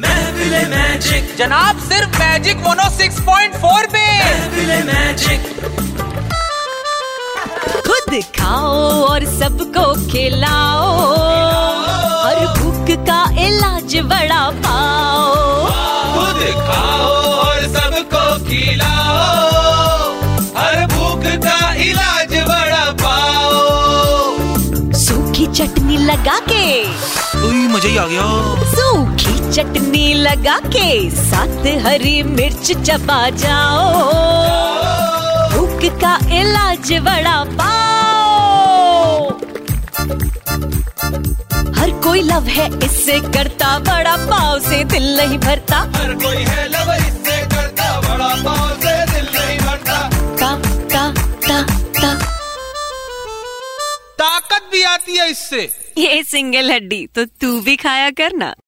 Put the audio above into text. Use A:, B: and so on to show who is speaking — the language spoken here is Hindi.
A: महफिले मैजिक
B: जनाब सिर्फ मैजिक मोनो 6.4 पे
A: महफिले मैजिक
C: खुद खाओ और सबको खिलाओ हर भूख का इलाज बड़ा पाओ
A: खुद खाओ और सबको खिलाओ हर भूख का इलाज बड़ा पाओ
C: सूखी चटनी लगा के
D: उई, मजा ही आ गया
C: सूखी चटनी लगा के साथ हरी मिर्च चबा जाओ भूख का इलाज बड़ा पाओ हर कोई लव है इससे करता बड़ा पाव से दिल नहीं भरता
A: हर कोई है लव इससे करता बड़ा पाव से दिल नहीं भरता
C: का का का का
B: ताकत भी आती है इससे
C: ये सिंगल हड्डी तो तू भी खाया करना